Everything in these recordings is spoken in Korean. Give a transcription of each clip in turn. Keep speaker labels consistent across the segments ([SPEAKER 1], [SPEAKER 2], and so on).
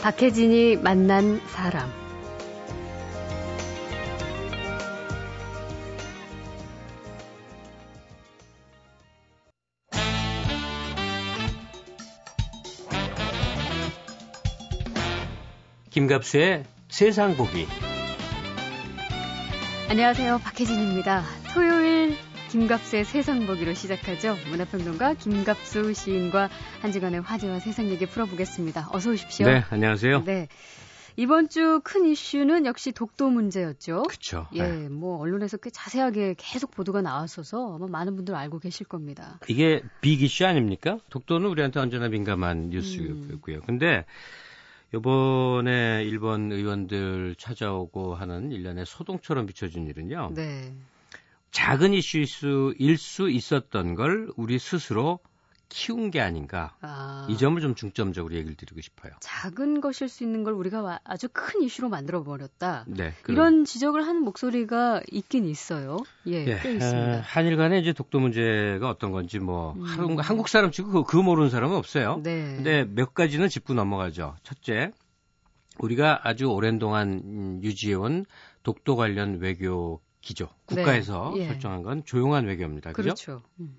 [SPEAKER 1] 박혜진이 만난 사람.
[SPEAKER 2] 김갑수의 세상 보기.
[SPEAKER 1] 안녕하세요. 박혜진입니다. 토요일 김갑수의 세상 보기로 시작하죠. 문화평론가 김갑수 시인과 한 주간의 화제와 세상 얘기 풀어보겠습니다. 어서 오십시오.
[SPEAKER 2] 네, 안녕하세요.
[SPEAKER 1] 그렇죠? 네. 이번 주 큰 이슈는 역시 독도 문제였죠.
[SPEAKER 2] 그쵸.
[SPEAKER 1] 예,
[SPEAKER 2] 네.
[SPEAKER 1] 뭐 언론에서 꽤 자세하게 계속 보도가 나왔어서 아마 많은 분들 알고 계실 겁니다.
[SPEAKER 2] 이게 빅 이슈 아닙니까? 독도는 우리한테 언제나 민감한
[SPEAKER 1] 음.
[SPEAKER 2] 뉴스였고요. 근데 요번에 일본 의원들 찾아오고 하는 일련의 소동처럼 비춰진 일은요.
[SPEAKER 1] 네.
[SPEAKER 2] 작은 이슈일 수, 일 수 있었던 걸 우리 스스로 키운 게 아닌가.
[SPEAKER 1] 아,
[SPEAKER 2] 이 점을 좀 중점적으로 얘기를 드리고 싶어요.
[SPEAKER 1] 작은 것일 수 있는 걸 우리가 와- 아주 큰 이슈로 만들어 버렸다.
[SPEAKER 2] 네.
[SPEAKER 1] 이런 지적을 하는 목소리가 있긴 있어요. 예,
[SPEAKER 2] 예,
[SPEAKER 1] 꽤
[SPEAKER 2] 에,
[SPEAKER 1] 있습니다.
[SPEAKER 2] 한일 간에 이제 독도 문제가 어떤 건지 뭐
[SPEAKER 1] 음.
[SPEAKER 2] 하루- 한국 사람 치고 그거, 그거 모르는 사람은 아, 없어요.
[SPEAKER 1] 네.
[SPEAKER 2] 근데 몇 가지는 짚고 넘어가죠. 첫째, 우리가 아주 오랜 동안 음, 유지해온 독도 관련 외교 기조 국가에서
[SPEAKER 1] 네, 예.
[SPEAKER 2] 설정한 건 조용한 외교입니다. 그죠?
[SPEAKER 1] 그렇죠. 음.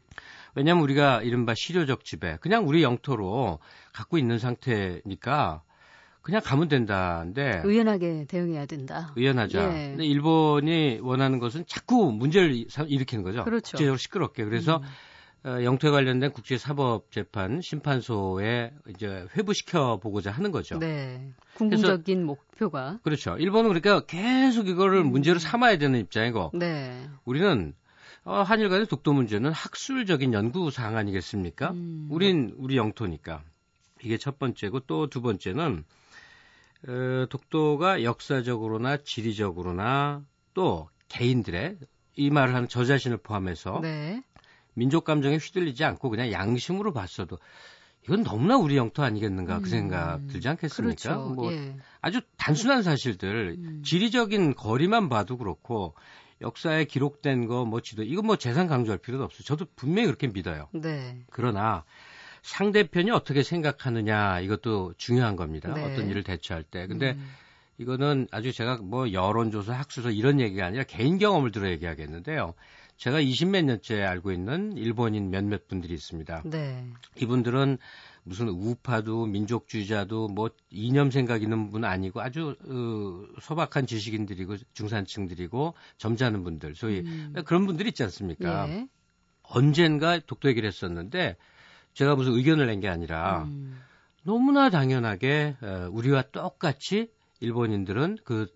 [SPEAKER 2] 왜냐하면 우리가 이른바 실효적 지배, 그냥 우리 영토로 갖고 있는 상태니까 그냥 가면 된다는데
[SPEAKER 1] 의연하게 대응해야 된다.
[SPEAKER 2] 의연하자.
[SPEAKER 1] 예.
[SPEAKER 2] 근데 일본이 원하는 것은 자꾸 문제를 사- 일으키는 거죠.
[SPEAKER 1] 그렇죠.
[SPEAKER 2] 국제적으로 시끄럽게. 그래서
[SPEAKER 1] 음.
[SPEAKER 2] 어, 영토에 관련된 국제사법재판 심판소에 이제 회부시켜 보고자 하는 거죠.
[SPEAKER 1] 네. 궁극적인 목표가.
[SPEAKER 2] 그렇죠. 일본은 그러니까 계속 이거를
[SPEAKER 1] 음.
[SPEAKER 2] 문제로 삼아야 되는 입장이고
[SPEAKER 1] 네.
[SPEAKER 2] 우리는 어, 한일 간의 독도 문제는 학술적인 연구 사항 아니겠습니까?
[SPEAKER 1] 음.
[SPEAKER 2] 우린 우리 영토니까. 이게 첫 번째고 또 두 번째는 어, 독도가 역사적으로나 지리적으로나 또 개인들의 이 말을 하는 저 자신을 포함해서
[SPEAKER 1] 네.
[SPEAKER 2] 민족 감정에 휘둘리지 않고 그냥 양심으로 봤어도 이건 너무나 우리 영토 아니겠는가
[SPEAKER 1] 음.
[SPEAKER 2] 그 생각 들지 않겠습니까?
[SPEAKER 1] 그렇죠.
[SPEAKER 2] 뭐
[SPEAKER 1] 예.
[SPEAKER 2] 아주 단순한 사실들
[SPEAKER 1] 음.
[SPEAKER 2] 지리적인 거리만 봐도 그렇고 역사에 기록된 거 뭐 지도 이건 뭐 재산 강조할 필요도 없어요. 저도 분명히 그렇게 믿어요.
[SPEAKER 1] 네.
[SPEAKER 2] 그러나 상대편이 어떻게 생각하느냐 이것도 중요한 겁니다.
[SPEAKER 1] 네.
[SPEAKER 2] 어떤 일을 대처할 때. 근데
[SPEAKER 1] 음.
[SPEAKER 2] 이거는 아주 제가 뭐 여론조사, 학술서 이런 얘기가 아니라 개인 경험을 들어 얘기하겠는데요. 제가 20몇 년째 알고 있는 일본인 몇몇 분들이 있습니다.
[SPEAKER 1] 네.
[SPEAKER 2] 이분들은 무슨 우파도 민족주의자도 뭐 이념 생각 있는 분 아니고 아주 어, 소박한 지식인들이고 중산층들이고 점잖은 분들 소위
[SPEAKER 1] 음.
[SPEAKER 2] 그런 분들 있지 않습니까?
[SPEAKER 1] 예.
[SPEAKER 2] 언젠가 독도 얘기를 했었는데 제가 무슨 의견을 낸 게 아니라
[SPEAKER 1] 음.
[SPEAKER 2] 너무나 당연하게 어, 우리와 똑같이 일본인들은 그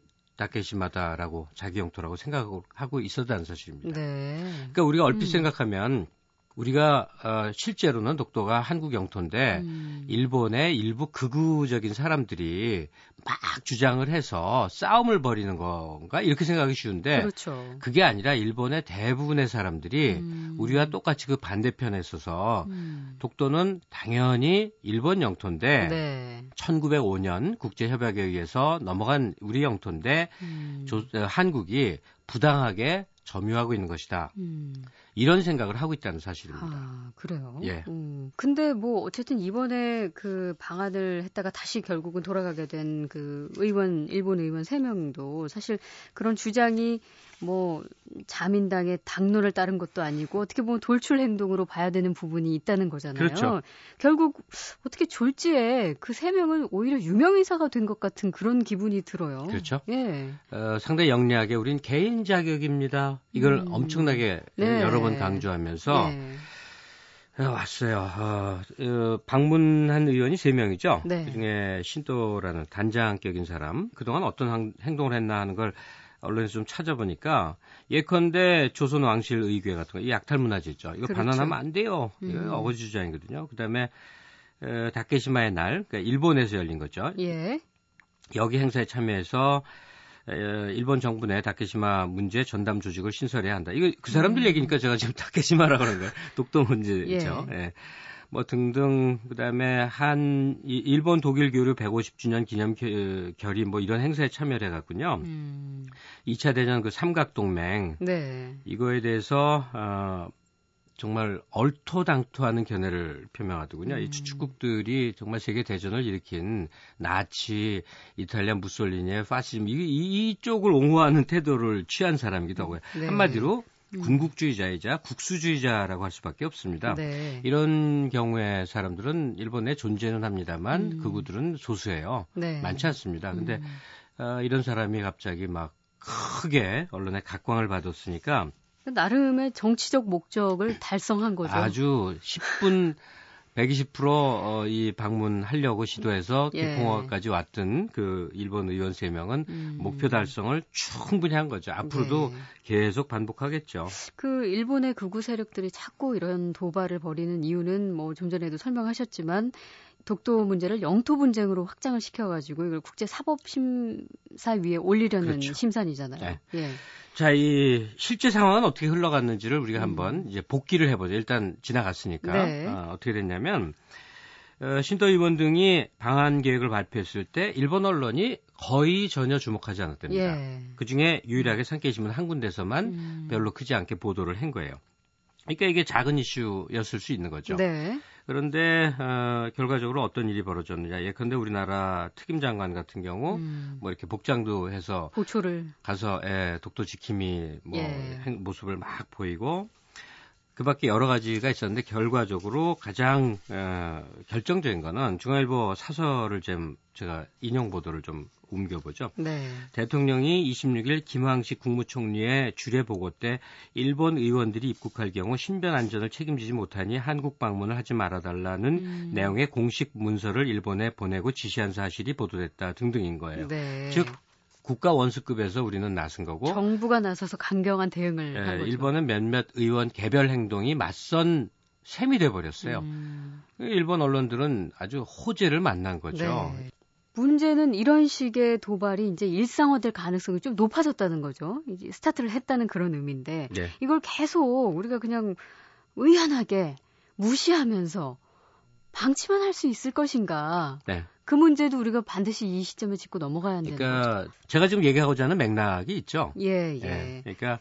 [SPEAKER 2] 다케시마다라고 자기 영토라고 생각하고 있었다는 사실입니다.
[SPEAKER 1] 네.
[SPEAKER 2] 그러니까 우리가 얼핏
[SPEAKER 1] 음.
[SPEAKER 2] 생각하면 우리가 어, 실제로는 독도가 한국 영토인데
[SPEAKER 1] 음.
[SPEAKER 2] 일본의 일부 극우적인 사람들이 막 주장을 해서 싸움을 벌이는 건가 이렇게 생각하기 쉬운데
[SPEAKER 1] 그렇죠.
[SPEAKER 2] 그게 아니라 일본의 대부분의 사람들이
[SPEAKER 1] 음.
[SPEAKER 2] 우리와 똑같이 그 반대편에 서서
[SPEAKER 1] 음.
[SPEAKER 2] 독도는 당연히 일본 영토인데
[SPEAKER 1] 네.
[SPEAKER 2] 1905년 국제협약에 의해서 넘어간 우리 영토인데
[SPEAKER 1] 음.
[SPEAKER 2] 조- 어, 한국이 부당하게 점유하고 있는 것이다.
[SPEAKER 1] 음.
[SPEAKER 2] 이런 생각을 하고 있다는 사실입니다.
[SPEAKER 1] 아, 그래요?
[SPEAKER 2] 예.
[SPEAKER 1] 음, 근데 뭐 어쨌든 이번에 그 방한을 했다가 다시 결국은 돌아가게 된 그 의원 일본 의원 세명도 사실 그런 주장이 뭐 자민당의 당론을 따른 것도 아니고 어떻게 보면 돌출 행동으로 봐야 되는 부분이 있다는 거잖아요.
[SPEAKER 2] 그렇죠.
[SPEAKER 1] 결국 어떻게 졸지에 그 세명은 오히려 유명인사가 된 것 같은 그런 기분이 들어요.
[SPEAKER 2] 그렇죠.
[SPEAKER 1] 예.
[SPEAKER 2] 어, 상당히 영리하게 우린 개인 자격입니다. 이걸
[SPEAKER 1] 음.
[SPEAKER 2] 엄청나게
[SPEAKER 1] 네.
[SPEAKER 2] 여러 번 강조하면서
[SPEAKER 1] 예.
[SPEAKER 2] 어, 왔어요. 어, 어, 방문한 의원이 세명이죠
[SPEAKER 1] 네.
[SPEAKER 2] 그중에 신도라는 단장격인 사람 그동안 어떤 항- 행동을 했나 하는 걸 언론에서 좀 찾아보니까 예컨대 조선 왕실 의궤 같은 거 이 약탈 문화재 있죠. 이거
[SPEAKER 1] 그렇죠.
[SPEAKER 2] 반환하면 안 돼요. 이거
[SPEAKER 1] 음.
[SPEAKER 2] 어거지 주장이거든요. 그다음에 에, 다케시마의 날, 그러니까 일본에서 열린 거죠.
[SPEAKER 1] 예.
[SPEAKER 2] 여기 행사에 참여해서 에, 일본 정부 내 다케시마 문제 전담 조직을 신설해야 한다. 이거 그 사람들
[SPEAKER 1] 음.
[SPEAKER 2] 얘기니까 제가 지금 다케시마라고 하는 거예요. 독도 문제죠. 예. 뭐 등등 그다음에 한 이- 일본 독일 교류 150주년 기념 겨- 결의 뭐 이런 행사에 참여를 해갔군요.
[SPEAKER 1] 음.
[SPEAKER 2] 2차 대전 그 삼각 동맹
[SPEAKER 1] 네.
[SPEAKER 2] 이거에 대해서 어, 정말 얼토당토하는 견해를 표명하더군요.
[SPEAKER 1] 음.
[SPEAKER 2] 이 주축국들이 정말 세계 대전을 일으킨 나치, 이탈리아 무솔리니의 파시즘 이, 이- 이쪽을 옹호하는 태도를 취한 사람이기도 하고요.
[SPEAKER 1] 네.
[SPEAKER 2] 한마디로 군국주의자이자 국수주의자라고 할 수밖에 없습니다.
[SPEAKER 1] 네.
[SPEAKER 2] 이런 경우에 사람들은 일본에 존재는 합니다만 그구들은 소수예요.
[SPEAKER 1] 음. 네. 음.
[SPEAKER 2] 많지 않습니다. 근데 어, 이런 사람이 갑자기 막 크게 언론에 각광을 받았으니까
[SPEAKER 1] 나름의 정치적 목적을 달성한 거죠.
[SPEAKER 2] 아주 10분 어, 120%이 방문하려고 시도해서
[SPEAKER 1] 예.
[SPEAKER 2] 기풍호까지 왔던 그 일본 의원 3명은
[SPEAKER 1] 음.
[SPEAKER 2] 목표 달성을 충분히 한 거죠. 뭐 앞으로도
[SPEAKER 1] 네.
[SPEAKER 2] 계속 반복하겠죠.
[SPEAKER 1] 그 일본의 극우 세력들이 자꾸 이런 도발을 벌이는 이유는 뭐 좀 전에도 설명하셨지만 독도 문제를 영토 분쟁으로 확장을 시켜가지고 이걸 국제 사법 심사위에 올리려는
[SPEAKER 2] 그렇죠.
[SPEAKER 1] 심산이잖아요.
[SPEAKER 2] 네.
[SPEAKER 1] 예.
[SPEAKER 2] 자, 이 실제 상황은 어떻게 흘러갔는지를 우리가 한번 이제 복기를 해보죠. 일단 지나갔으니까
[SPEAKER 1] 음. 네.
[SPEAKER 2] 어, 어떻게 됐냐면 어, 신도 의원 등이 방한 계획을 발표했을 때 일본 언론이 거의 전혀 주목하지 않았답니다.
[SPEAKER 1] 예.
[SPEAKER 2] 그 중에 유일하게 산케이신문 한 군데서만
[SPEAKER 1] 음.
[SPEAKER 2] 별로 크지 않게 보도를 한 거예요. 그러니까 이게 작은 이슈였을 수 있는 거죠.
[SPEAKER 1] 네.
[SPEAKER 2] 그런데 어, 결과적으로 어떤 일이 벌어졌느냐. 예컨대 우리나라 특임 장관 같은 경우
[SPEAKER 1] 음.
[SPEAKER 2] 뭐 이렇게 복장도 해서
[SPEAKER 1] 보초를
[SPEAKER 2] 가서 예, 독도 지킴이 뭐
[SPEAKER 1] 예.
[SPEAKER 2] 행- 모습을 막 보이고 그밖에 여러 가지가 있었는데 결과적으로 가장 어, 결정적인 거는 중앙일보 사설을 좀 제가 인용 보도를 좀 옮겨보죠.
[SPEAKER 1] 네.
[SPEAKER 2] 대통령이 26일 김황식 국무총리의 주례 보고 때 일본 의원들이 입국할 경우 신변 안전을 책임지지 못하니 한국 방문을 하지 말아달라는
[SPEAKER 1] 음.
[SPEAKER 2] 내용의 공식 문서를 일본에 보내고 지시한 사실이 보도됐다 등등인 거예요.
[SPEAKER 1] 네.
[SPEAKER 2] 즉 국가 원수급에서 우리는 나선 거고
[SPEAKER 1] 정부가 나서서 강경한 대응을 한
[SPEAKER 2] 예,
[SPEAKER 1] 거죠.
[SPEAKER 2] 일본은 몇몇 의원 개별 행동이 맞선 셈이 돼 버렸어요.
[SPEAKER 1] 음.
[SPEAKER 2] 일본 언론들은 아주 호재를 만난 거죠.
[SPEAKER 1] 네. 문제는 이런 식의 도발이 이제 일상화될 가능성이 좀 높아졌다는 거죠. 이제 스타트를 했다는 그런 의미인데
[SPEAKER 2] 네.
[SPEAKER 1] 이걸 계속 우리가 그냥 의연하게 무시하면서 방치만 할 수 있을 것인가?
[SPEAKER 2] 네.
[SPEAKER 1] 그 문제도 우리가 반드시 이 시점에 짚고 넘어가야 한다는 거죠.
[SPEAKER 2] 그러니까 제가 지금 얘기하고자 하는 맥락이 있죠.
[SPEAKER 1] 예, 예.
[SPEAKER 2] 예, 그러니까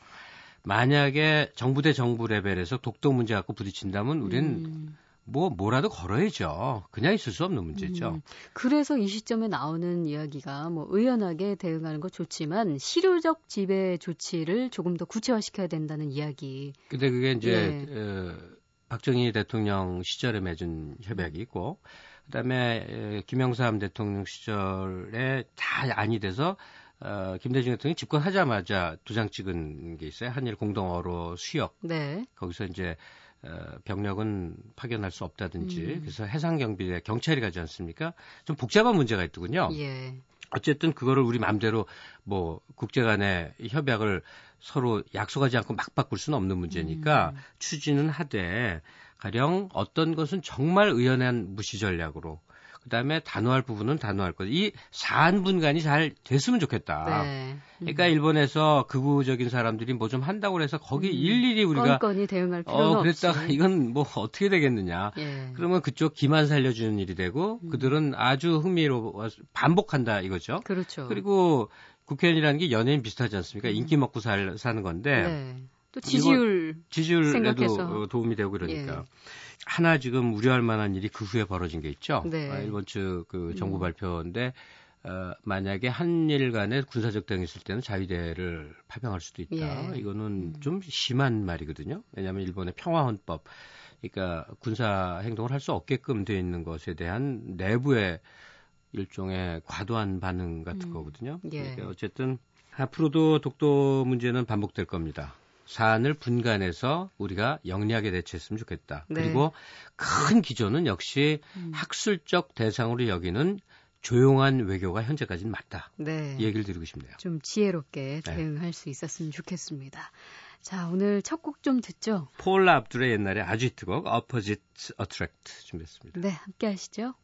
[SPEAKER 2] 만약에 정부 대 정부 레벨에서 독도 문제 갖고 부딪힌다면 우리는
[SPEAKER 1] 음.
[SPEAKER 2] 뭐 뭐라도 걸어야죠. 그냥 있을 수 없는 문제죠.
[SPEAKER 1] 음. 그래서 이 시점에 나오는 이야기가 뭐 의연하게 대응하는 것 좋지만 실효적 지배 조치를 조금 더 구체화시켜야 된다는 이야기.
[SPEAKER 2] 근데 그게 이제
[SPEAKER 1] 예.
[SPEAKER 2] 어, 박정희 대통령 시절에 맺은 협약이 있고 그다음에 에, 김영삼 대통령 시절에 다 안이 돼서 어, 김대중 대통령이 집권하자마자 두 장 찍은 게 있어요. 한일 공동어로 수역
[SPEAKER 1] 네.
[SPEAKER 2] 거기서 이제 어, 병력은 파견할 수 없다든지
[SPEAKER 1] 음.
[SPEAKER 2] 그래서 해상 경비대 경찰이 가지 않습니까? 좀 복잡한 문제가 있더군요.
[SPEAKER 1] 예.
[SPEAKER 2] 어쨌든 그거를 우리 마음대로 뭐 국제 간의 이 협약을 서로 약속하지 않고 막 바꿀 수는 없는
[SPEAKER 1] 음.
[SPEAKER 2] 문제니까 추진은 하되 가령 어떤 것은 정말 의연한 무시 전략으로 그다음에 단호할 부분은 단호할 것. 이 사안 분간이 잘 됐으면 좋겠다.
[SPEAKER 1] 네.
[SPEAKER 2] 그러니까 일본에서 극우적인 사람들이 뭐 좀 한다고 해서 거기
[SPEAKER 1] 음.
[SPEAKER 2] 일일이 우리가
[SPEAKER 1] 건건이 대응할 필요는
[SPEAKER 2] 어 그랬다가
[SPEAKER 1] 없이.
[SPEAKER 2] 이건 뭐 어떻게 되겠느냐.
[SPEAKER 1] 예.
[SPEAKER 2] 그러면 그쪽 기만 살려주는 일이 되고
[SPEAKER 1] 음.
[SPEAKER 2] 그들은 아주 흥미로 반복한다 이거죠.
[SPEAKER 1] 그렇죠. 음.
[SPEAKER 2] 그리고 국회의원이라는 게 연예인 비슷하지 않습니까? 인기 먹고 살, 사는 건데
[SPEAKER 1] 네. 또 지지율
[SPEAKER 2] 지지율에도
[SPEAKER 1] 생각해서. 예.
[SPEAKER 2] 어, 도움이 되고 그러니까 하나 지금 우려할 만한 일이 그 후에 벌어진 게 있죠.
[SPEAKER 1] 네. 음.
[SPEAKER 2] 아, 일본 측그 정부 발표인데 어, 만약에 한일 간에 군사적 대응이 있을 때는 자위대를 파병할 수도 있다.
[SPEAKER 1] 예.
[SPEAKER 2] 이거는 좀 심한 말이거든요. 왜냐하면 일본의 평화헌법, 그러니까 군사 행동을 할 수 없게끔 돼 있는 것에 대한 내부의 일종의 과도한 반응 같은 거거든요.
[SPEAKER 1] 예.
[SPEAKER 2] 그러니까 어쨌든 앞으로도 독도 문제는 반복될 겁니다. 사안을 분간해서 우리가 영리하게 대처했으면 좋겠다.
[SPEAKER 1] 네. 음.
[SPEAKER 2] 그리고 큰 기조는 역시 학술적 대상으로 여기는 조용한 외교가 현재까지는 맞다.
[SPEAKER 1] 네.
[SPEAKER 2] 이 얘기를 드리고 싶네요.
[SPEAKER 1] 좀 지혜롭게
[SPEAKER 2] 예. 네.
[SPEAKER 1] 대응할 수 있었으면 좋겠습니다. 자, 오늘 첫 곡 좀 듣죠?
[SPEAKER 2] 폴 압둘의 옛날에 아주 히트곡 Opposite Attract 준비했습니다.
[SPEAKER 1] 네, 함께 하시죠.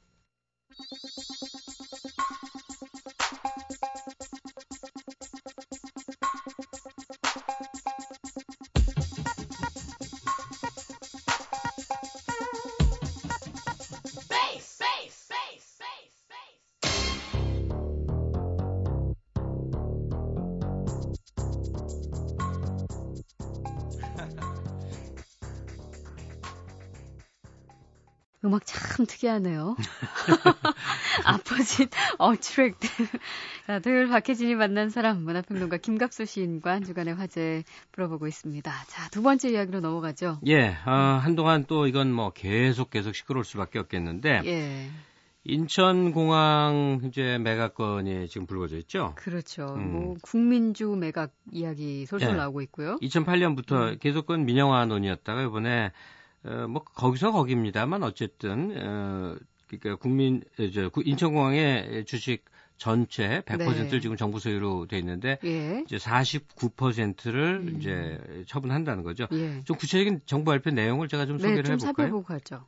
[SPEAKER 1] 음악 참 특이하네요. 아포짓 어트랙트들 박혜진이 만난 사람 문화평론가 김갑수 시인과 한 주간의 화제 풀어보고 있습니다. 자, 두 번째 이야기로 넘어가죠.
[SPEAKER 2] 예, 아, 한동안 또 이건 뭐 계속 계속 시끄러울 수밖에 없겠는데
[SPEAKER 1] 예.
[SPEAKER 2] 인천공항 이제 매각건이 지금 불거져 있죠.
[SPEAKER 1] 그렇죠.
[SPEAKER 2] 음.
[SPEAKER 1] 뭐 국민주 매각 이야기 솔솔
[SPEAKER 2] 예.
[SPEAKER 1] 나오고 있고요. 음.
[SPEAKER 2] 2008년부터 계속 건 민영화 논의였다가 이번에 어, 뭐 거기서 거기입니다만 어쨌든 어, 그러니까 국민 에, 저 구- 인천공항의 주식 전체 100%를
[SPEAKER 1] 네.
[SPEAKER 2] 지금 정부 소유로 돼 있는데
[SPEAKER 1] 예.
[SPEAKER 2] 이제 49%를
[SPEAKER 1] 음.
[SPEAKER 2] 이제 처분한다는 거죠.
[SPEAKER 1] 예.
[SPEAKER 2] 좀 구체적인 정부 발표 내용을 제가 좀
[SPEAKER 1] 네,
[SPEAKER 2] 소개를
[SPEAKER 1] 좀
[SPEAKER 2] 해볼까요?
[SPEAKER 1] 살펴보고 가죠.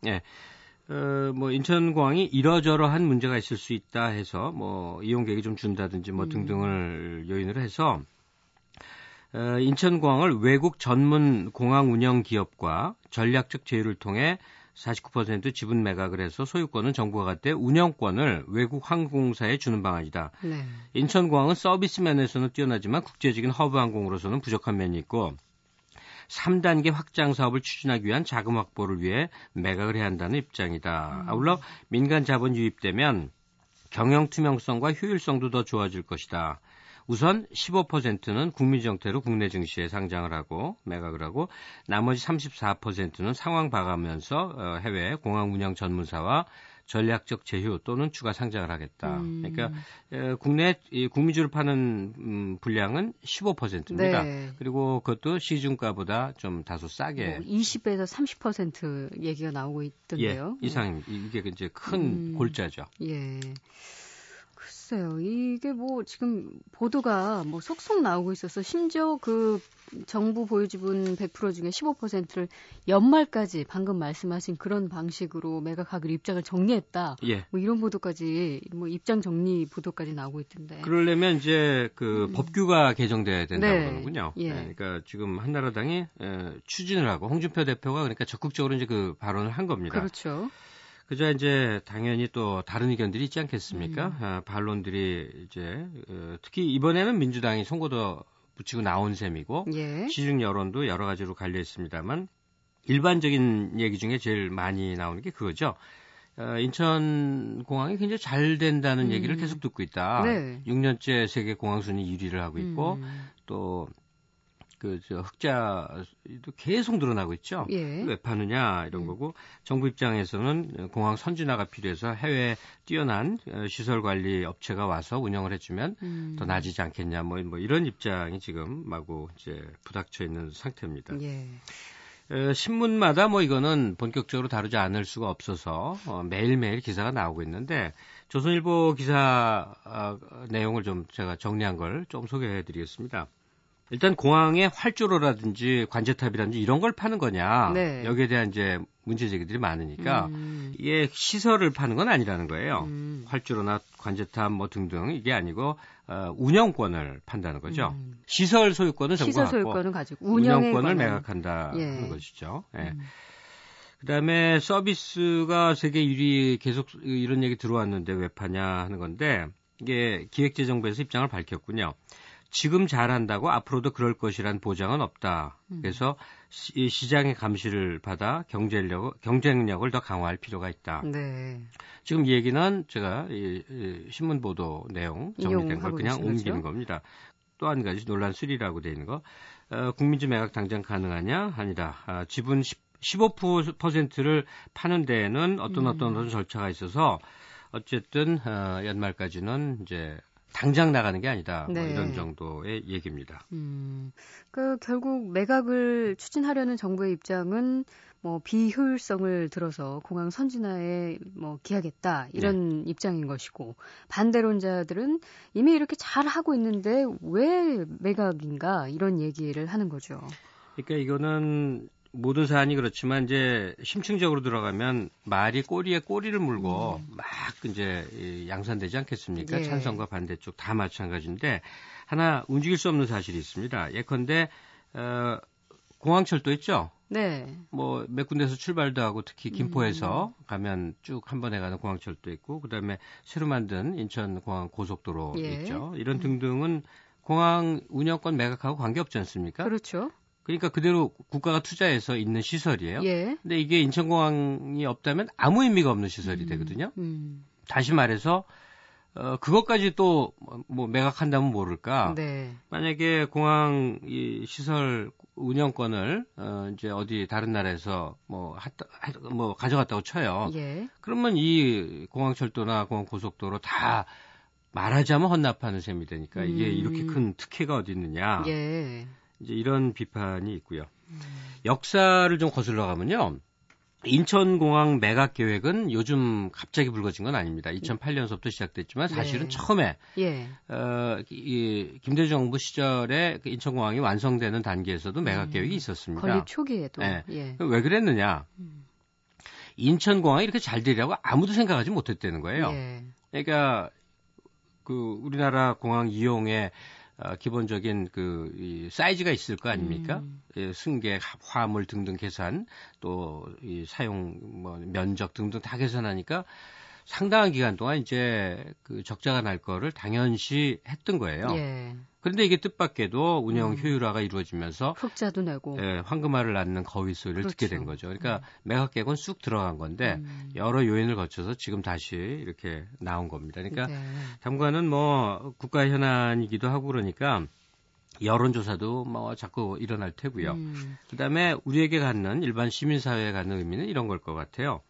[SPEAKER 2] 어, 뭐 인천공항이 이러저러한 문제가 있을 수 있다 해서 뭐 이용객이 좀 준다든지 뭐
[SPEAKER 1] 음.
[SPEAKER 2] 등등을 요인을 해서 어, 인천공항을 외국 전문 공항 운영 기업과 전략적 제휴를 통해 49% 지분 매각을 해서 소유권은 정부가 갖되 운영권을 외국 항공사에 주는 방안이다.
[SPEAKER 1] 네.
[SPEAKER 2] 인천공항은 서비스 면에서는 뛰어나지만 국제적인 허브 항공으로서는 부족한 면이 있고 3단계 확장 사업을 추진하기 위한 자금 확보를 위해 매각을 해야 한다는 입장이다.
[SPEAKER 1] 음.
[SPEAKER 2] 아울러 민간 자본 유입되면 경영 투명성과 효율성도 더 좋아질 것이다. 우선 15%는 국민 정태로 국내 증시에 상장을 하고 매각을 하고 나머지 34%는 상황 봐가면서 어, 해외 공항 운영 전문사와 전략적 제휴 또는 추가 상장을 하겠다.
[SPEAKER 1] 음.
[SPEAKER 2] 그러니까 에, 국내 이 국민주를 파는 음, 분량은 15%입니다.
[SPEAKER 1] 네.
[SPEAKER 2] 그리고 그것도 시중가보다 좀 다소
[SPEAKER 1] 뭐
[SPEAKER 2] 싸게
[SPEAKER 1] 20에서 30% 얘기가 나오고
[SPEAKER 2] 예,
[SPEAKER 1] 있던데요.
[SPEAKER 2] 이상입니다. 이게 이제 큰
[SPEAKER 1] 음.
[SPEAKER 2] 골자죠.
[SPEAKER 1] 예. 글쎄요, 이게 뭐 지금 보도가 뭐 속속 나오고 있어서 심지어 그 정부 보유 지분 100% 중에 15%를 연말까지 방금 말씀하신 그런 방식으로 매각하기로 입장을 정리했다.
[SPEAKER 2] 예.
[SPEAKER 1] 뭐 이런 보도까지 뭐 입장 정리 보도까지 나오고 있던데.
[SPEAKER 2] 그러려면 이제 그 법규가 개정돼야 된다고
[SPEAKER 1] 음. 네.
[SPEAKER 2] 그러는군요.
[SPEAKER 1] 예.
[SPEAKER 2] 그러니까 지금 한나라당이 에, 추진을 하고 홍준표 대표가 그러니까 적극적으로 이제 그 발언을 한 겁니다.
[SPEAKER 1] 그렇죠.
[SPEAKER 2] 그저 이제 당연히 또 다른 의견들이 있지 않겠습니까?
[SPEAKER 1] 음.
[SPEAKER 2] 아, 반론들이 이제 어, 특히 이번에는 민주당이 송고도 붙이고 나온 셈이고
[SPEAKER 1] 예.
[SPEAKER 2] 시중 여론도 여러 가지로 갈려 있습니다만 일반적인 얘기 중에 제일 많이 나오는 게 그거죠. 어, 인천 공항이 굉장히 잘 된다는
[SPEAKER 1] 음.
[SPEAKER 2] 얘기를 계속 듣고 있다.
[SPEAKER 1] 네.
[SPEAKER 2] 6년째 세계 공항 순위 1위를 하고 있고
[SPEAKER 1] 음,
[SPEAKER 2] 또그 흑자도 계속 늘어나고 있죠.
[SPEAKER 1] 예.
[SPEAKER 2] 왜 파느냐 이런 거고 정부 입장에서는 공항 선진화가 필요해서 해외 뛰어난 어, 시설 관리 업체가 와서 운영을 해주면
[SPEAKER 1] 음,
[SPEAKER 2] 더 나아지지 않겠냐 뭐, 뭐 이런 입장이 지금 마구 이제 부닥쳐 있는 상태입니다.
[SPEAKER 1] 예.
[SPEAKER 2] 에, 신문마다 뭐 이거는 본격적으로 다루지 않을 수가 없어서 어, 매일매일 기사가 나오고 있는데 조선일보 기사 아, 내용을 좀 제가 정리한 걸 좀 소개해 드리겠습니다. 일단 공항에 활주로라든지 관제탑이라든지 이런 걸 파는 거냐
[SPEAKER 1] 네.
[SPEAKER 2] 여기에 대한 이제 문제 제기들이 많으니까
[SPEAKER 1] 음,
[SPEAKER 2] 이게 시설을 파는 건 아니라는 거예요.
[SPEAKER 1] 음,
[SPEAKER 2] 활주로나 관제탑 뭐 등등 이게 아니고 어, 운영권을 판다는 거죠.
[SPEAKER 1] 음.
[SPEAKER 2] 시설 소유권은 정부가
[SPEAKER 1] 시설
[SPEAKER 2] 갖고
[SPEAKER 1] 소유권은 가지고 운영에
[SPEAKER 2] 운영권을
[SPEAKER 1] 관한-
[SPEAKER 2] 매각한다
[SPEAKER 1] 예.
[SPEAKER 2] 하는 것이죠. 예.
[SPEAKER 1] 음.
[SPEAKER 2] 그다음에 서비스가 세계 1위 계속 이런 얘기 들어왔는데 왜 파냐 하는 건데 이게 기획재정부에서 입장을 밝혔군요. 지금 잘한다고 앞으로도 그럴 것이란 보장은 없다.
[SPEAKER 1] 음.
[SPEAKER 2] 그래서 시- 이 시장의 감시를 받아 경쟁력, 경쟁력을 더 강화할 필요가 있다.
[SPEAKER 1] 네.
[SPEAKER 2] 지금 이 얘기는 제가 이, 이 신문 보도 내용 정리된 걸
[SPEAKER 1] 인용하고
[SPEAKER 2] 그냥
[SPEAKER 1] 계신 거죠?
[SPEAKER 2] 옮기는 겁니다. 또 한 가지 논란 3라고 돼 있는 거. 어, 국민주 매각 당장 가능하냐? 아니다. 아, 지분 10, 15%를 파는 데에는
[SPEAKER 1] 음.
[SPEAKER 2] 어떤 어떤 어떤 절차가 있어서 어쨌든 어, 연말까지는 이제 당장 나가는 게 아니다. 뭐
[SPEAKER 1] 네.
[SPEAKER 2] 이런 정도의 얘기입니다.
[SPEAKER 1] 음, 그 결국 매각을 추진하려는 정부의 입장은 뭐 비효율성을 들어서 공항 선진화에 뭐 기하겠다 이런
[SPEAKER 2] 네.
[SPEAKER 1] 입장인 것이고 반대론자들은 이미 이렇게 잘 하고 있는데 왜 매각인가 이런 얘기를 하는 거죠.
[SPEAKER 2] 그러니까 이거는 모든 사안이 그렇지만 이제 심층적으로 들어가면 말이 꼬리에 꼬리를 물고 막 이제 이 양산되지 않겠습니까?
[SPEAKER 1] 음. 예.
[SPEAKER 2] 찬성과 반대쪽 다 마찬가지인데 하나 움직일 수 없는 사실이 있습니다. 예컨대 어, 공항철도 있죠.
[SPEAKER 1] 네,
[SPEAKER 2] 뭐 몇 군데서 출발도 하고 특히 김포에서
[SPEAKER 1] 음.
[SPEAKER 2] 가면 쭉 한 번에 가는 공항철도 있고 그다음에 새로 만든 인천 공항 고속도로
[SPEAKER 1] 예.
[SPEAKER 2] 있죠. 이런 등등은 공항 운영권 매각하고 관계 없지 않습니까?
[SPEAKER 1] 그렇죠.
[SPEAKER 2] 그러니까 그대로 국가가 투자해서 있는 시설이에요.
[SPEAKER 1] 예.
[SPEAKER 2] 근데 이게 인천공항이 없다면 아무 의미가 없는 시설이
[SPEAKER 1] 음,
[SPEAKER 2] 되거든요.
[SPEAKER 1] 음.
[SPEAKER 2] 다시 말해서 어, 그것까지 또 뭐 매각한다면 모를까.
[SPEAKER 1] 네.
[SPEAKER 2] 만약에 공항 이 시설 운영권을 어, 이제 어디 다른 나라에서 뭐, 핫다, 핫- 뭐 가져갔다고 쳐요.
[SPEAKER 1] 예.
[SPEAKER 2] 그러면 이 공항철도나 공항고속도로 다 말하자면 헌납하는 셈이 되니까 이게
[SPEAKER 1] 음.
[SPEAKER 2] 이렇게 큰 특혜가 어디 있느냐.
[SPEAKER 1] 예.
[SPEAKER 2] 이제 이런 비판이 있고요. 역사를 좀 거슬러 가면요. 인천공항 매각 계획은 요즘 갑자기 불거진 건 아닙니다. 2008년서부터 시작됐지만
[SPEAKER 1] 네.
[SPEAKER 2] 사실은 처음에
[SPEAKER 1] 예.
[SPEAKER 2] 어, 이 김대중 정부 시절에 그 인천공항이 완성되는 단계에서도 매각
[SPEAKER 1] 음.
[SPEAKER 2] 계획이 있었습니다.
[SPEAKER 1] 건립 초기에도.
[SPEAKER 2] 네.
[SPEAKER 1] 예.
[SPEAKER 2] 그럼 왜 그랬느냐?
[SPEAKER 1] 음.
[SPEAKER 2] 인천공항이 이렇게 잘 되리라고 아무도 생각하지 못했다는 거예요.
[SPEAKER 1] 예.
[SPEAKER 2] 그러니까 그 우리나라 공항 이용에 어, 기본적인 그 이 사이즈가 있을 거 아닙니까?
[SPEAKER 1] 음.
[SPEAKER 2] 예, 승객 화- 화물 등등 계산 또 이 사용 뭐 면적 등등 다 계산하니까 상당한 기간 동안 이제 그 적자가 날 거를 당연시 했던 거예요.
[SPEAKER 1] 예.
[SPEAKER 2] 그런데 이게 뜻밖에도 운영
[SPEAKER 1] 음.
[SPEAKER 2] 효율화가 이루어지면서
[SPEAKER 1] 흑자도 내고.
[SPEAKER 2] 예, 황금알을 낳는 거위 소리를 듣게
[SPEAKER 1] 그렇죠.
[SPEAKER 2] 된 거죠. 그러니까 매각 계획은 쑥 들어간 건데
[SPEAKER 1] 음.
[SPEAKER 2] 여러 요인을 거쳐서 지금 다시 이렇게 나온 겁니다. 그러니까
[SPEAKER 1] 네.
[SPEAKER 2] 장관은 뭐 국가 현안이기도 하고 그러니까 여론조사도 뭐 자꾸 일어날 테고요.
[SPEAKER 1] 음.
[SPEAKER 2] 그다음에 우리에게 갖는 일반 시민사회에 갖는 의미는 이런 걸 것 같아요.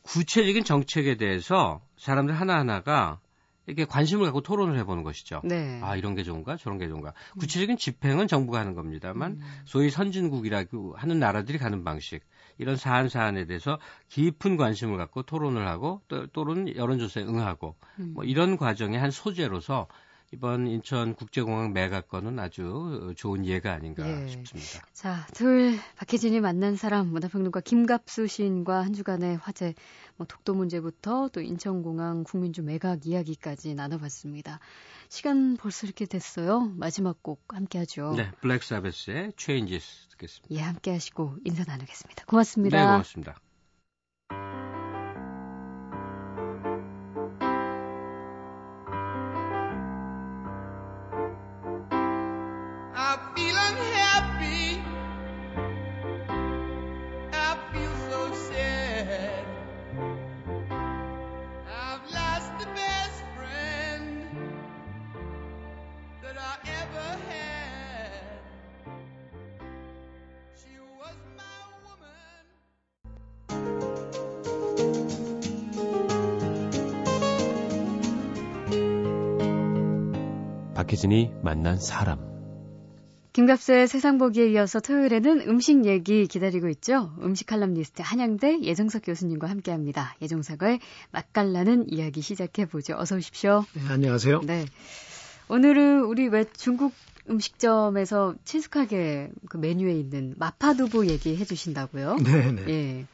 [SPEAKER 2] 구체적인 정책에 대해서 사람들 하나하나가 이렇게 관심을 갖고 토론을 해보는 것이죠.
[SPEAKER 1] 네.
[SPEAKER 2] 아 이런 게 좋은가 저런 게 좋은가
[SPEAKER 1] 음.
[SPEAKER 2] 구체적인 집행은 정부가 하는 겁니다만 소위 선진국이라고 하는 나라들이 가는 방식 이런 사안 사안에 대해서 깊은 관심을 갖고 토론을 하고 또 또는 여론조사에 응하고
[SPEAKER 1] 음.
[SPEAKER 2] 뭐 이런 과정의 한 소재로서 이번 인천 국제공항 매각건은 아주 좋은 예가 아닌가
[SPEAKER 1] 예.
[SPEAKER 2] 싶습니다.
[SPEAKER 1] 자, 토요일 박혜진이 만난 사람 문화평론가 김갑수 시인과 한 주간의 화제, 뭐 독도 문제부터 또 인천공항 국민주 매각 이야기까지 나눠봤습니다. 시간 벌써 이렇게 됐어요. 마지막 곡 함께하죠.
[SPEAKER 2] 네, 블랙 사베스의 Changes 듣겠습니다.
[SPEAKER 1] 예, 함께하시고 인사 나누겠습니다.
[SPEAKER 2] 네,
[SPEAKER 1] 고맙습니다.
[SPEAKER 2] 고맙습니다.
[SPEAKER 3] I feel unhappy. I feel so sad. I've lost the best friend that I ever had. She was my woman.
[SPEAKER 4] 박혜진이 만난 사람.
[SPEAKER 1] 김갑수의 세상 보기에 이어서 토요일에는 음식 얘기 기다리고 있죠. 음식 칼럼니스트 한양대 예정석 교수님과 함께합니다. 예정석의 맛깔나는 이야기 시작해보죠. 어서 오십시오.
[SPEAKER 5] 네, 안녕하세요.
[SPEAKER 1] 네. 오늘은 우리 왜 중국 음식점에서 친숙하게 그 메뉴에 있는 마파두부 얘기해 주신다고요?
[SPEAKER 5] 네, 네.
[SPEAKER 1] 예.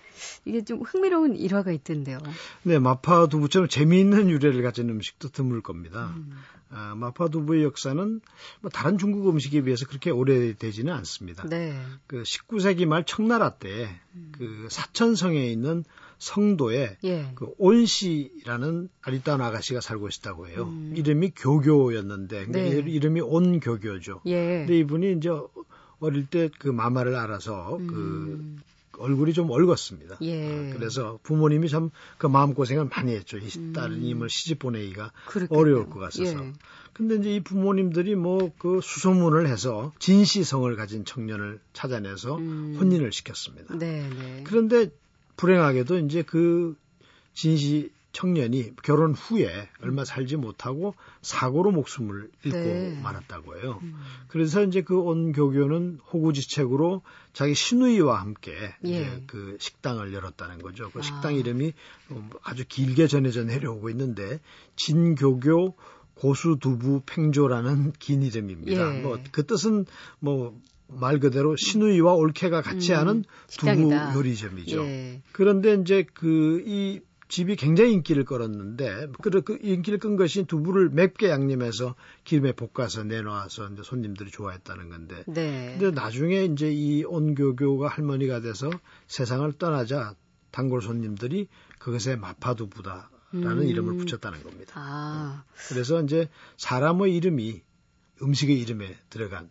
[SPEAKER 1] 이게 좀 흥미로운 일화가 있던데요.
[SPEAKER 5] 네, 마파두부처럼 재미있는 유래를 가진 음식도 드물 겁니다. 아, 마파두부의 역사는 뭐 다른 중국 음식에 비해서 그렇게 오래되지는 않습니다.
[SPEAKER 1] 네. 음.
[SPEAKER 5] 그 19세기 말 청나라 때 그 사천성에 있는 성도에
[SPEAKER 1] 예.
[SPEAKER 5] 그 온씨라는 아리따운 아가씨가 살고 있었다고 해요.
[SPEAKER 1] 음.
[SPEAKER 5] 이름이 교교였는데 근데
[SPEAKER 1] 네.
[SPEAKER 5] 이- 이름이 온교교죠.
[SPEAKER 1] 예.
[SPEAKER 5] 근데 이분이 이제 어릴 때 그 마마를 알아서 그
[SPEAKER 1] 음,
[SPEAKER 5] 얼굴이 좀 얼었습니다.
[SPEAKER 1] 예.
[SPEAKER 5] 아, 그래서 부모님이 참 그 마음고생을 많이 했죠. 이
[SPEAKER 1] 음.
[SPEAKER 5] 딸님을 시집 보내기가
[SPEAKER 1] 그렇겠네요.
[SPEAKER 5] 어려울 것 같아서.
[SPEAKER 1] 예.
[SPEAKER 5] 근데 이제 이 부모님들이 뭐 그 수소문을 해서 진시성을 가진 청년을 찾아내서
[SPEAKER 1] 음.
[SPEAKER 5] 혼인을 시켰습니다.
[SPEAKER 1] 네, 네.
[SPEAKER 5] 그런데 불행하게도 이제 그 진시 청년이 결혼 후에 얼마 살지 못하고 사고로 목숨을 잃고
[SPEAKER 1] 네.
[SPEAKER 5] 말았다고 해요.
[SPEAKER 1] 음.
[SPEAKER 5] 그래서 이제 그 온교교는 호구지책으로 자기 시누이와 함께
[SPEAKER 1] 예.
[SPEAKER 5] 이제 그 식당을 열었다는 거죠. 그
[SPEAKER 1] 아.
[SPEAKER 5] 식당 이름이 어, 아주 길게 전해져 내려오고 있는데 진교교 고수두부 팽조라는 긴 이름입니다.
[SPEAKER 1] 예.
[SPEAKER 5] 뭐 그 뜻은 뭐 말 그대로 시누이와 올케가 같이
[SPEAKER 1] 음,
[SPEAKER 5] 하는 두부
[SPEAKER 1] 식당이다.
[SPEAKER 5] 요리점이죠.
[SPEAKER 1] 예.
[SPEAKER 5] 그런데 이제 그 이 집이 굉장히 인기를 끌었는데 그- 그 인기를 끈 것이 두부를 맵게 양념해서 기름에 볶아서 내놔서 이제 손님들이 좋아했다는 건데
[SPEAKER 1] 네.
[SPEAKER 5] 근데 나중에 이제 이 온교교가 할머니가 돼서 세상을 떠나자 단골 손님들이 그것에
[SPEAKER 1] 음.
[SPEAKER 5] 마파두부다라는 이름을 붙였다는 겁니다.
[SPEAKER 1] 아,
[SPEAKER 5] 네. 그래서 이제 사람의 이름이 음식의 이름에 들어간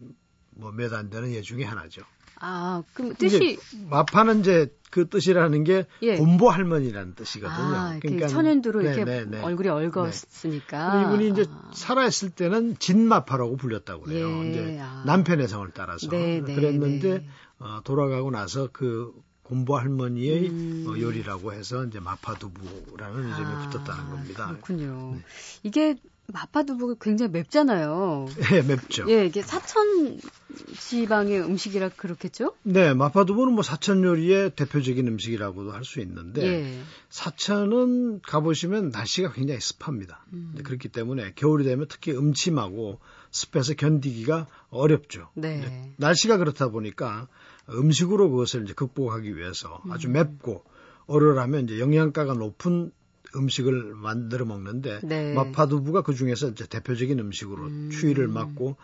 [SPEAKER 5] 뭐 몇 안 되는 예 중에 하나죠.
[SPEAKER 1] 아, 그럼 뜻이
[SPEAKER 5] 이제 마파는 이제 그 뜻이라는 게
[SPEAKER 1] 예.
[SPEAKER 5] 곰보 할머니라는 뜻이거든요.
[SPEAKER 1] 아, 이렇게 천연두로
[SPEAKER 5] 네,
[SPEAKER 1] 이렇게
[SPEAKER 5] 네, 네.
[SPEAKER 1] 얼굴이
[SPEAKER 5] 근데
[SPEAKER 1] 얽었으니까
[SPEAKER 5] 이분이 이제
[SPEAKER 1] 아,
[SPEAKER 5] 살아있을 때는 진마파라고 불렸다고 그래요.
[SPEAKER 1] 예,
[SPEAKER 5] 이제
[SPEAKER 1] 아.
[SPEAKER 5] 남편의 성을 따라서
[SPEAKER 1] 네, 네,
[SPEAKER 5] 그랬는데
[SPEAKER 1] 네.
[SPEAKER 5] 어, 돌아가고 나서 그 곰보 할머니의
[SPEAKER 1] 음.
[SPEAKER 5] 어, 요리라고 해서 이제 마파두부라는 이름이
[SPEAKER 1] 아,
[SPEAKER 5] 붙었다는 겁니다. 네.
[SPEAKER 1] 그렇군요. 이게 마파두부가 굉장히 맵잖아요.
[SPEAKER 5] 예, 맵죠.
[SPEAKER 1] 예, 이게 사천 지방의 음식이라 그렇겠죠?
[SPEAKER 5] 네, 마파두부는 뭐 사천 요리의 대표적인 음식이라고도 할 수 있는데
[SPEAKER 1] 예.
[SPEAKER 5] 사천은 가보시면 날씨가 굉장히 습합니다. 근데 그렇기 때문에 겨울이 되면 특히 음침하고 습해서 견디기가 어렵죠.
[SPEAKER 1] 네.
[SPEAKER 5] 날씨가 그렇다 보니까 음식으로 그것을 이제 극복하기 위해서 아주 맵고 얼얼하면 이제 영양가가 높은 음식을 만들어 먹는데
[SPEAKER 1] 네.
[SPEAKER 5] 마파두부가 그 중에서 이제 대표적인 음식으로 추위를 막고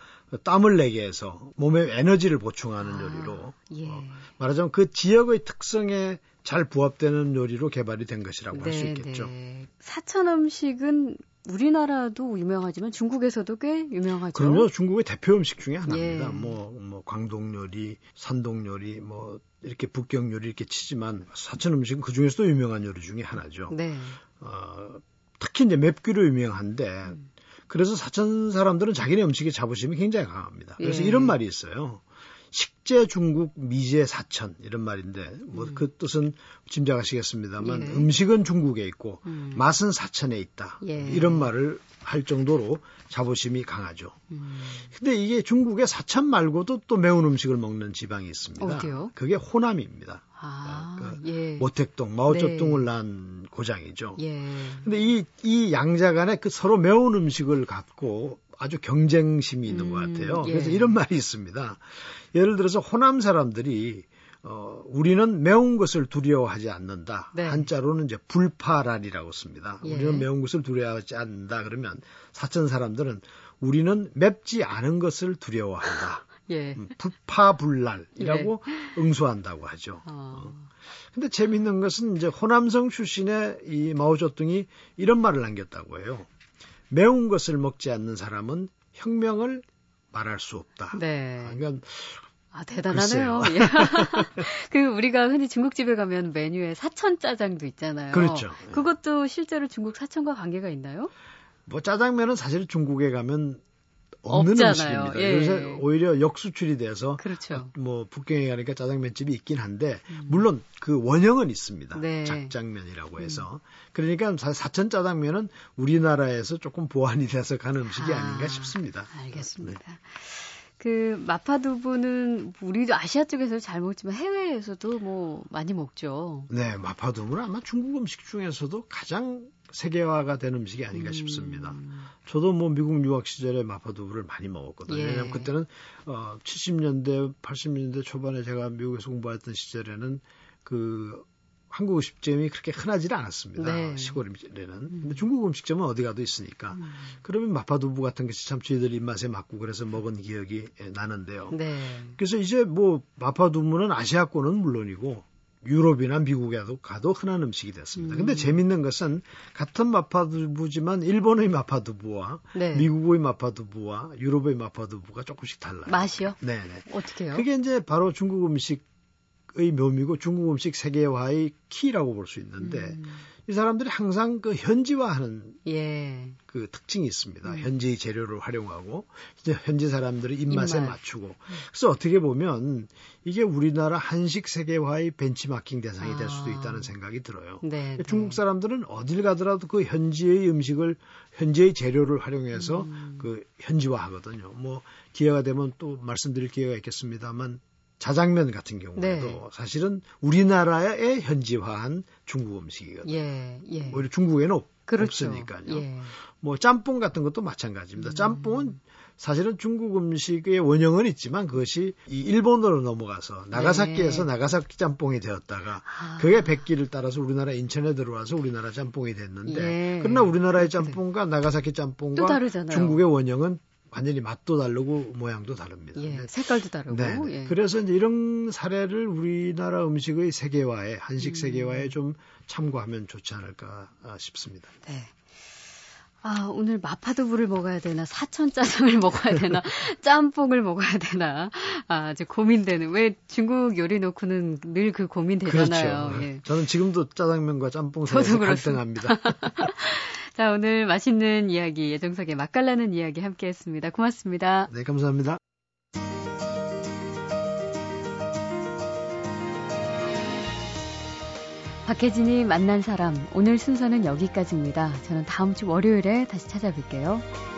[SPEAKER 5] 땀을 내게 해서 몸에 에너지를 보충하는 요리로
[SPEAKER 1] 예.
[SPEAKER 5] 어, 말하자면 그 지역의 특성에 잘 부합되는 요리로 개발이 된 것이라고 할 수 있겠죠.
[SPEAKER 1] 네. 사천 음식은 우리나라도 유명하지만 중국에서도 꽤 유명하죠.
[SPEAKER 5] 그럼요 중국의 대표 음식 중에 하나입니다.
[SPEAKER 1] 그렇죠. 예.
[SPEAKER 5] 뭐, 뭐 광동 요리, 산동 요리, 뭐 이렇게 북경 요리 이렇게 치지만 사천 음식은 그 중에서도 유명한 요리 중에 하나죠.
[SPEAKER 1] 네.
[SPEAKER 5] 어, 특히 이제 맵기로 유명한데 그래서 사천 사람들은 자기네 음식에 자부심이 굉장히 강합니다. 그래서
[SPEAKER 1] 예.
[SPEAKER 5] 이런 말이 있어요. 식재 중국 미제 사천 이런 말인데 뭐 그 뜻은 짐작하시겠습니다만
[SPEAKER 1] 음. 예.
[SPEAKER 5] 음식은 중국에 있고
[SPEAKER 1] 음.
[SPEAKER 5] 맛은 사천에 있다
[SPEAKER 1] 예.
[SPEAKER 5] 이런 말을 할 정도로 자부심이 강하죠.
[SPEAKER 1] 음.
[SPEAKER 5] 근데 이게 중국의 사천 말고도 또 매운 음식을 먹는 지방이 있습니다.
[SPEAKER 1] 어디요?
[SPEAKER 5] 그게 호남입니다.
[SPEAKER 1] 아,
[SPEAKER 5] 그러니까
[SPEAKER 1] 예. 네.
[SPEAKER 5] 모택동, 마오쩌둥을 낳은 고장이죠.
[SPEAKER 1] 예.
[SPEAKER 5] 근데 이, 이 양자 간에 그 서로 매운 음식을 갖고 아주 경쟁심이 있는 것
[SPEAKER 1] 음,
[SPEAKER 5] 같아요.
[SPEAKER 1] 예.
[SPEAKER 5] 그래서 이런 말이 있습니다. 예를 들어서 호남 사람들이 어, 우리는 매운 것을 두려워하지 않는다.
[SPEAKER 1] 네.
[SPEAKER 5] 한자로는 이제 불파란이라고 씁니다.
[SPEAKER 1] 예.
[SPEAKER 5] 우리는 매운 것을 두려워하지 않는다. 그러면 사천 사람들은 우리는 맵지 않은 것을 두려워한다.
[SPEAKER 1] 예.
[SPEAKER 5] 음, 부파불랄이라고
[SPEAKER 1] 네.
[SPEAKER 5] 응수한다고 하죠.
[SPEAKER 1] 아,
[SPEAKER 5] 근데 재밌는 것은 이제 호남성 출신의 이 마오쩌둥이 이런 말을 남겼다고 해요. 매운 것을 먹지 않는 사람은 혁명을 말할 수 없다. 아,
[SPEAKER 1] 네.
[SPEAKER 5] 그러니까
[SPEAKER 1] 아, 대단하네요. 예. 그, 우리가 흔히 중국집에 가면 메뉴에 사천 짜장도 있잖아요.
[SPEAKER 5] 그렇죠. 예.
[SPEAKER 1] 그것도 실제로 중국 사천과 관계가 있나요?
[SPEAKER 5] 뭐 짜장면은 사실 중국에 가면 없는
[SPEAKER 1] 없잖아요.
[SPEAKER 5] 음식입니다.
[SPEAKER 1] 예.
[SPEAKER 5] 요새 오히려 역수출이 돼서
[SPEAKER 1] 그렇죠. 음.
[SPEAKER 5] 뭐 북경에 가니까 짜장면집이 있긴 한데 물론 그 원형은 있습니다.
[SPEAKER 1] 네.
[SPEAKER 5] 작장면이라고 해서 그러니까 사- 사천 짜장면은 우리나라에서 조금 보완이 돼서 간 음식이
[SPEAKER 1] 아,
[SPEAKER 5] 아, 닌가 싶습니다.
[SPEAKER 1] 알겠습니다.
[SPEAKER 5] 네.
[SPEAKER 1] 그 마파두부는 우리도 아시아 쪽에서 잘 먹지만 해외에서도 뭐 많이 먹죠.
[SPEAKER 5] 네, 마파두부는 아마 중국 음식 중에서도 가장 세계화가 된 음식이 아닌가 싶습니다. 저도 뭐 미국 유학 시절에 마파두부를 많이 먹었거든요.
[SPEAKER 1] 예.
[SPEAKER 5] 왜냐하면 그때는 어, 70년대, 80년대 초반에 제가 미국에서 공부했던 시절에는 그 한국 음식점이 그렇게 흔하지는 않았습니다.
[SPEAKER 1] 네.
[SPEAKER 5] 시골 음식점에는. 근데 중국 음식점은 어디 가도 있으니까. 그러면 마파두부 같은 것이 참 저희들 입맛에 맞고 그래서 먹은 기억이 예, 나는데요.
[SPEAKER 1] 네.
[SPEAKER 5] 그래서 이제 뭐 마파두부는 아시아권은 물론이고 유럽이나 미국에도 가도 흔한 음식이 됐습니다. 근데 재밌는 것은 같은 마파두부지만 일본의 마파두부와
[SPEAKER 1] 네.
[SPEAKER 5] 미국의 마파두부와 유럽의 마파두부가 조금씩 달라요.
[SPEAKER 1] 맛이요?
[SPEAKER 5] 네, 네.
[SPEAKER 1] 어떻게 해요?
[SPEAKER 5] 그게 이제 바로 중국 음식의 묘미고 중국 음식 세계화의 키라고 볼 수 있는데
[SPEAKER 1] 음.
[SPEAKER 5] 이 사람들이 항상 그 현지화하는
[SPEAKER 1] 예.
[SPEAKER 5] 그 특징이 있습니다.
[SPEAKER 1] 음.
[SPEAKER 5] 현지 재료를 활용하고 이제 현지 사람들의 입맛에
[SPEAKER 1] 입맛. 음.
[SPEAKER 5] 맞추고 그래서 어떻게 보면 이게 우리나라 한식 세계화의 벤치마킹 대상이
[SPEAKER 1] 아.
[SPEAKER 5] 될 수도 있다는 생각이 들어요.
[SPEAKER 1] 네. 네.
[SPEAKER 5] 중국 사람들은 어딜 가더라도 그 현지의 음식을 현지의 재료를 활용해서
[SPEAKER 1] 음.
[SPEAKER 5] 그 현지화하거든요. 뭐 기회가 되면 또 말씀드릴 기회가 있겠습니다만 자장면 같은 경우에도
[SPEAKER 1] 네.
[SPEAKER 5] 사실은 우리나라의 현지화한 중국 뭐 음식이거든요.
[SPEAKER 1] 예. 예.
[SPEAKER 5] 오히려 중국에는 없,
[SPEAKER 1] 그렇죠.
[SPEAKER 5] 으니까요
[SPEAKER 1] 예.
[SPEAKER 5] 뭐 짬뽕 같은 것도
[SPEAKER 1] 음.
[SPEAKER 5] 마찬가지입니다. 짬뽕은 사실은 중국 음식의 원형은 있지만 그것이 이 일본으로 넘어가서 나가사키에서 나가사키 짬뽕이 되었다가
[SPEAKER 1] 네. 아.
[SPEAKER 5] 그게 백기를 따라서 우리나라 인천에 들어와서 우리나라 짬뽕이 됐는데
[SPEAKER 1] 예.
[SPEAKER 5] 그러나 우리나라의 짬뽕과 나가사키 짬뽕과
[SPEAKER 1] 또 다르잖아요.
[SPEAKER 5] 중국의 원형은 완전히 맛도 다르고 모양도 다릅니다.
[SPEAKER 1] 예.
[SPEAKER 5] 네.
[SPEAKER 1] 색깔도 다르고.
[SPEAKER 5] 네.
[SPEAKER 1] 예.
[SPEAKER 5] 그래서 이제 이런 사례를 우리나라 음식의 세계화에 한식 세계화에 좀 참고하면 좋지 않을까 아, 싶습니다.
[SPEAKER 1] 네. 아, 오늘 마파두부를 먹어야 되나, 사천 짜장을 먹어야 되나, 짬뽕을 먹어야 되나, 아, 이제 고민되는, 왜 중국 요리 놓고는 늘 그 고민되잖아요.
[SPEAKER 5] 그렇죠.
[SPEAKER 1] 예.
[SPEAKER 5] 저는 지금도 짜장면과 짬뽕 사이에서
[SPEAKER 1] 저도 그렇습니다.
[SPEAKER 5] 갈등합니다.
[SPEAKER 1] 자, 오늘 맛있는 이야기, 예정석의 맛깔나는 이야기 함께 했습니다. 고맙습니다.
[SPEAKER 5] 네, 감사합니다.
[SPEAKER 1] 박혜진이 만난 사람 오늘 순서는 여기까지입니다. 저는 다음 주 월요일에 다시 찾아뵐게요.